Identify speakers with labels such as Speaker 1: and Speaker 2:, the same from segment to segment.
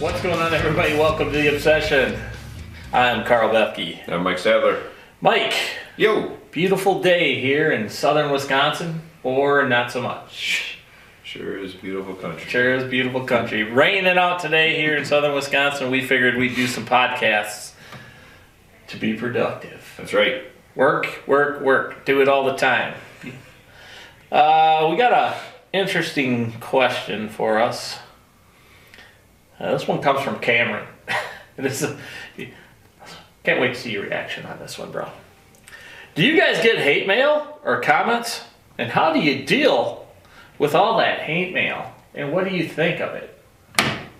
Speaker 1: What's going on, everybody? Welcome to the Obsession. I'm Carl Befke.
Speaker 2: I'm Mike Sadler.
Speaker 1: Mike,
Speaker 2: Yo!
Speaker 1: beautiful day here in southern Wisconsin, or not so much.
Speaker 2: Sure is beautiful country.
Speaker 1: Sure is beautiful country. Raining out today here in southern Wisconsin. We figured we'd do some podcasts to be productive.
Speaker 2: That's right.
Speaker 1: Work, work, work. Do it all the time. Uh, we got a interesting question for us. Uh, this one comes from Cameron. this is, can't wait to see your reaction on this one, bro. Do you guys get hate mail or comments? And how do you deal with all that hate mail? And what do you think of it?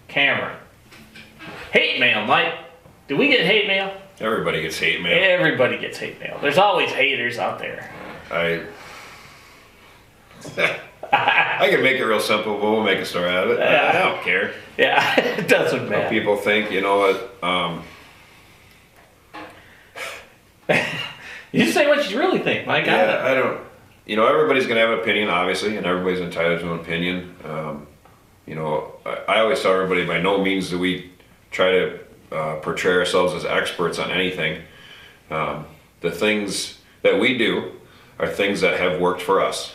Speaker 1: Cameron. Hate mail, Mike. Do we get hate mail?
Speaker 2: Everybody gets hate mail.
Speaker 1: Everybody gets hate mail. There's always haters out there.
Speaker 2: I. I can make it real simple, but we'll make a story out of it. I- I don't care.
Speaker 1: Yeah, it doesn't matter.
Speaker 2: People think, you know what? Um,
Speaker 1: You say what you really think, Mike. I don't-
Speaker 2: yeah, I don't. You know, everybody's going to have an opinion, obviously, and everybody's entitled to an opinion. Um, you know, I, I always tell everybody by no means do we try to uh, portray ourselves as experts on anything. Um, the things that we do are things that have worked for us.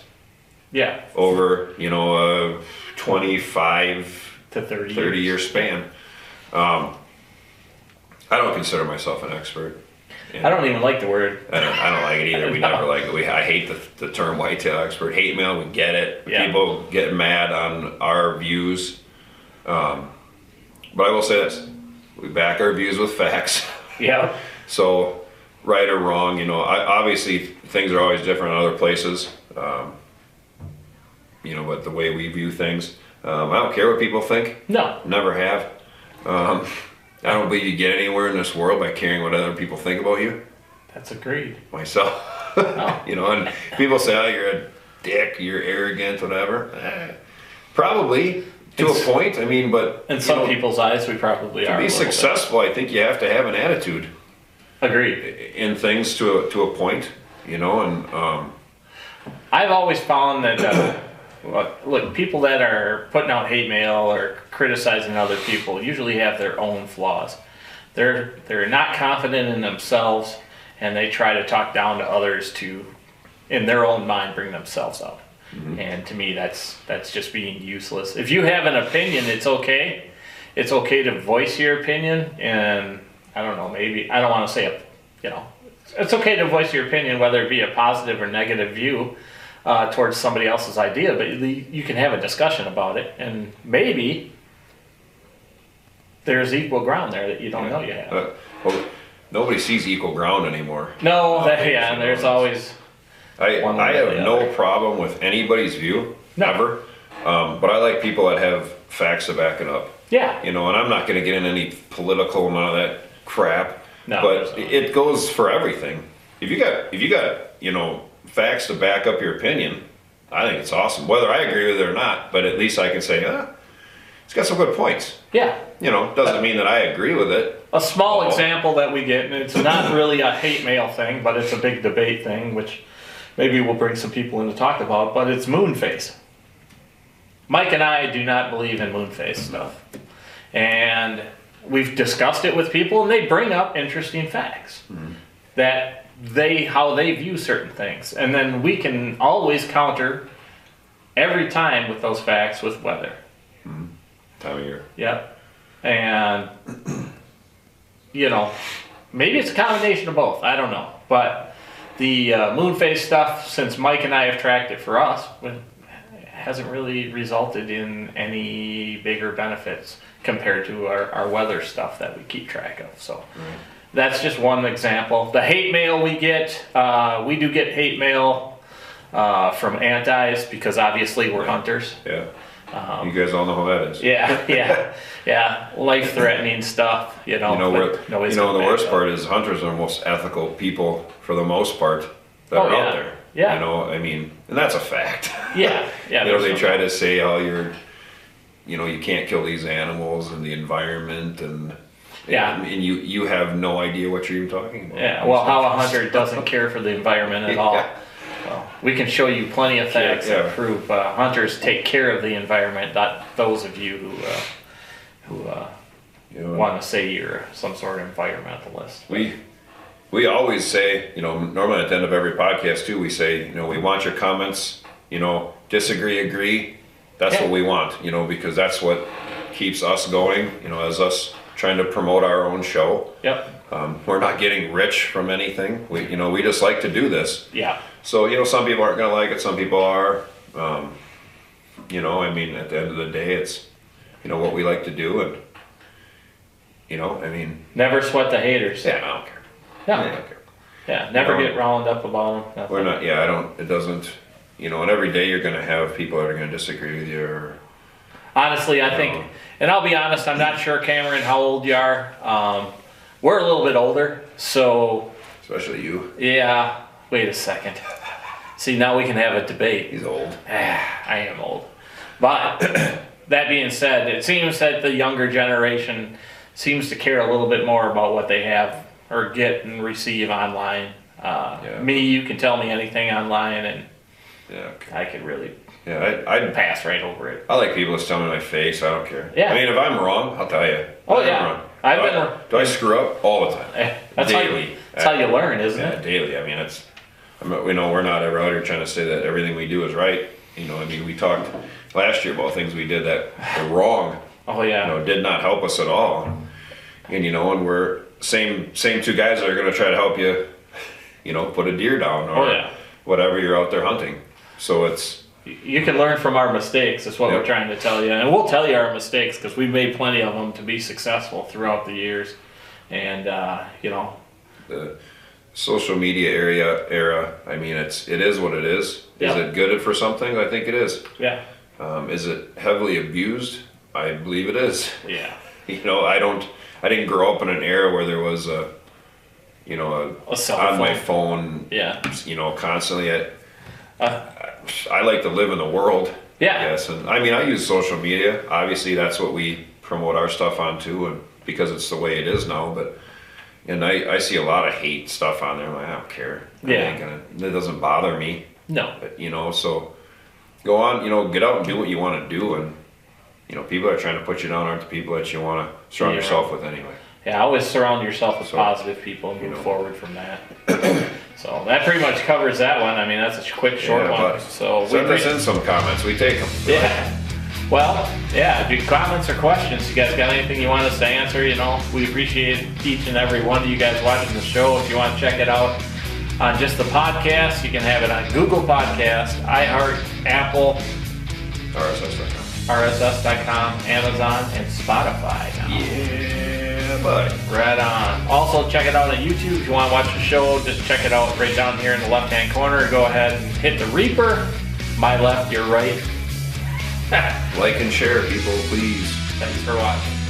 Speaker 1: Yeah.
Speaker 2: over you know a 25
Speaker 1: To 30
Speaker 2: 30 year span um, i don't consider myself an expert
Speaker 1: I don't even like the word.
Speaker 2: i don't, I don't like it either we
Speaker 1: No.
Speaker 2: never like it we, i hate the, the term whitetail expert hate mail we get it
Speaker 1: Yeah.
Speaker 2: people get mad on our views um, but i will say this we back our views with facts
Speaker 1: Yeah.
Speaker 2: so, right or wrong, you know, I, obviously things are always different in other places. Um, you know, but the way we view things, um, I don't care what people think.
Speaker 1: No.
Speaker 2: Never have. Um, I don't believe you get anywhere in this world by caring what other people think about you.
Speaker 1: That's agreed.
Speaker 2: Myself,
Speaker 1: No.
Speaker 2: you know, and people say, "Oh, you're a dick. You're arrogant. Whatever." Eh, probably to
Speaker 1: It's-
Speaker 2: a point. I mean, but
Speaker 1: In
Speaker 2: you
Speaker 1: some
Speaker 2: know,
Speaker 1: people's eyes, we probably are.
Speaker 2: to
Speaker 1: a
Speaker 2: be
Speaker 1: little bit.
Speaker 2: successful, I think you have to have an attitude.
Speaker 1: Agreed.
Speaker 2: in things to a, to a point, you know, and um,
Speaker 1: I've always found that, uh, look- look, people that are putting out hate mail or criticizing other people usually have their own flaws. They're they're not confident in themselves, and they try to talk down to others to, in their own mind, bring themselves up. And to me, that's that's just being useless. If you have an opinion, it's okay. It's okay to voice your opinion, and I don't know, maybe I don't want to say, a, you know, it's okay to voice your opinion, whether it be a positive or negative view uh, towards somebody else's idea, but you you can have a discussion about it, and maybe there's equal ground there that you don't know you have.
Speaker 2: uh, well, nobody sees equal ground anymore.
Speaker 1: No, that,
Speaker 2: Okay,
Speaker 1: yeah,
Speaker 2: so
Speaker 1: there's
Speaker 2: it's-
Speaker 1: always
Speaker 2: I,
Speaker 1: One way
Speaker 2: I
Speaker 1: or
Speaker 2: have
Speaker 1: the
Speaker 2: no problem with anybody's view,
Speaker 1: No.
Speaker 2: never, um, but I like people that have facts to back it up,
Speaker 1: yeah,
Speaker 2: you know, and I'm not going to get in any political and all that crap,
Speaker 1: No, there's
Speaker 2: but
Speaker 1: not.
Speaker 2: it goes for everything. If you got, if you got, you know, facts to back up your opinion, I think it's awesome, whether I agree with it or not, but at least I can say, ah, it's got some good points.
Speaker 1: yeah.
Speaker 2: you know, doesn't mean that I agree with it.
Speaker 1: A small
Speaker 2: Oh.
Speaker 1: example that we get, and it's not really a hate mail thing, but it's a big debate thing, which maybe we'll bring some people in to talk about, but it's moon phase. Mike and I do not believe in moon phase stuff. And we've discussed it with people, and they bring up interesting facts that they how they view certain things. And then we can always counter every time with those facts with weather.
Speaker 2: Time of year.
Speaker 1: Yep. And you know, maybe it's a combination of both. I don't know. But the uh, moon phase stuff, since Mike and I have tracked it for us, it hasn't really resulted in any bigger benefits compared to our, our weather stuff that we keep track of. So that's just one example. The hate mail we get, uh, we do get hate mail uh, from antis because obviously we're hunters.
Speaker 2: Yeah. you guys all know how that is.
Speaker 1: Uh-huh. Yeah, yeah, yeah. Life threatening stuff, you know.
Speaker 2: You know,
Speaker 1: but
Speaker 2: we're,
Speaker 1: nobody's
Speaker 2: you know
Speaker 1: gonna
Speaker 2: the
Speaker 1: back
Speaker 2: worst
Speaker 1: up.
Speaker 2: part is hunters are the most ethical people for the most part that
Speaker 1: Oh,
Speaker 2: are
Speaker 1: yeah.
Speaker 2: out there.
Speaker 1: Yeah.
Speaker 2: You know, I mean, and that's a fact.
Speaker 1: Yeah, yeah.
Speaker 2: you know,
Speaker 1: there's
Speaker 2: they
Speaker 1: no-
Speaker 2: try to say, oh, you're, you know, you can't kill these animals and the environment and.
Speaker 1: Yeah.
Speaker 2: And, and you you have no idea what you're even talking about.
Speaker 1: Yeah, well, how a hunter doesn't care for the environment at all.
Speaker 2: Yeah.
Speaker 1: Well, we can show you plenty of facts
Speaker 2: Yeah, yeah.
Speaker 1: that prove uh, hunters take care of the environment. Not those of you who, uh, who uh,
Speaker 2: You know,
Speaker 1: want to say you're some sort of environmentalist.
Speaker 2: Mm. we we always say, you know, normally at the end of every podcast too, we say, you know, we want your comments, you know, disagree, agree. That's
Speaker 1: Yeah.
Speaker 2: what we want, you know, because that's what keeps us going, you know, as us trying to promote our own show.
Speaker 1: Yep.
Speaker 2: Um, we're not getting rich from anything. We, you know, we just like to do this.
Speaker 1: Yeah.
Speaker 2: So, you know, some people aren't going to like it, some people are. Um, you know, I mean, at the end of the day, it's, you know, what we like to do. And, you know, I mean,
Speaker 1: Never sweat the haters.
Speaker 2: yeah, I don't care. I
Speaker 1: Yeah.
Speaker 2: don't care.
Speaker 1: Yeah. Never
Speaker 2: No.
Speaker 1: get round up about them. Nothing.
Speaker 2: We're not, yeah, I don't, it doesn't, you know, and every day you're going to have people that are going to disagree with you or,
Speaker 1: Honestly, I think, and I'll be honest, I'm not sure, Cameron, how old you are. Um, we're a little bit older, so
Speaker 2: especially you.
Speaker 1: yeah. Wait a second. See, now we can have a debate.
Speaker 2: He's old.
Speaker 1: Ah, I am old. But that being said, it seems that the younger generation seems to care a little bit more about what they have or get and receive online. Uh,
Speaker 2: Yeah.
Speaker 1: Me, you can tell me anything online, and
Speaker 2: Yeah, okay.
Speaker 1: I could really
Speaker 2: Yeah, I, I,
Speaker 1: pass right over it.
Speaker 2: I like people to tell me my face. I don't care.
Speaker 1: Yeah.
Speaker 2: I mean, if I'm wrong, I'll tell you.
Speaker 1: Oh,
Speaker 2: I'm
Speaker 1: yeah.
Speaker 2: wrong.
Speaker 1: I've
Speaker 2: do
Speaker 1: been
Speaker 2: I,
Speaker 1: wrong.
Speaker 2: Do I screw up all the time?
Speaker 1: Eh, That's, how
Speaker 2: Daily.
Speaker 1: you, that's how you learn, isn't
Speaker 2: Yeah,
Speaker 1: it?
Speaker 2: daily. I mean, it's. I mean, we know we're not ever out here trying to say that everything we do is right. You know, I mean, we talked last year about things we did that were wrong.
Speaker 1: Oh
Speaker 2: You
Speaker 1: yeah,
Speaker 2: know, did not help us at all. And you know, and we're same same two guys that are going to try to help you. You know, put a deer down or
Speaker 1: Oh, yeah.
Speaker 2: whatever you're out there hunting. So it's
Speaker 1: Y- you can learn from our mistakes. That's what
Speaker 2: Yep.
Speaker 1: we're trying to tell you, and we'll tell you our mistakes because we've made plenty of them to be successful throughout the years. And uh, you know,
Speaker 2: the social media area era. I mean, it's it is what it is. Is
Speaker 1: Yeah.
Speaker 2: it good for something? I think it is.
Speaker 1: yeah,
Speaker 2: Um, is it heavily abused? I believe it is.
Speaker 1: yeah.
Speaker 2: you know i don't i didn't grow up in an era where there was a you know
Speaker 1: A
Speaker 2: a,
Speaker 1: cell
Speaker 2: on
Speaker 1: phone.
Speaker 2: my phone
Speaker 1: Yeah.
Speaker 2: you know constantly I, I like to live in the world
Speaker 1: Yeah.
Speaker 2: yes and i mean i use social media obviously that's what we promote our stuff on too and because it's the way it is now but and i, I see a lot of hate stuff on there I'm like, i don't care I
Speaker 1: Yeah.
Speaker 2: ain't gonna, it doesn't bother me
Speaker 1: No.
Speaker 2: but you know so go on you know get out and do what you want to do and you know people that are trying to put you down aren't the people that you want to surround
Speaker 1: Yeah.
Speaker 2: yourself with anyway
Speaker 1: Yeah, always surround yourself with
Speaker 2: So,
Speaker 1: positive people and move
Speaker 2: know.
Speaker 1: forward from that. so that pretty much covers that one. I mean, that's a quick, short
Speaker 2: Yeah,
Speaker 1: one.
Speaker 2: but
Speaker 1: So we
Speaker 2: send us
Speaker 1: ran-
Speaker 2: in some comments we take them
Speaker 1: yeah. Well, yeah. If you comments or questions, you guys got anything you want us to answer? You know, we appreciate each and every one of you guys watching the show. If you want to check it out on just the podcast, you can have it on Google Podcast, iHeart, Apple,
Speaker 2: rss.com
Speaker 1: RSS.com, Amazon, and Spotify. Now.
Speaker 2: yeah buddy
Speaker 1: Right on. Also, check it out on YouTube. If you want to watch the show, just check it out right down here in the left hand corner. Go ahead and hit the Reaper. My left, your right.
Speaker 2: like and share people please
Speaker 1: Thanks for watching.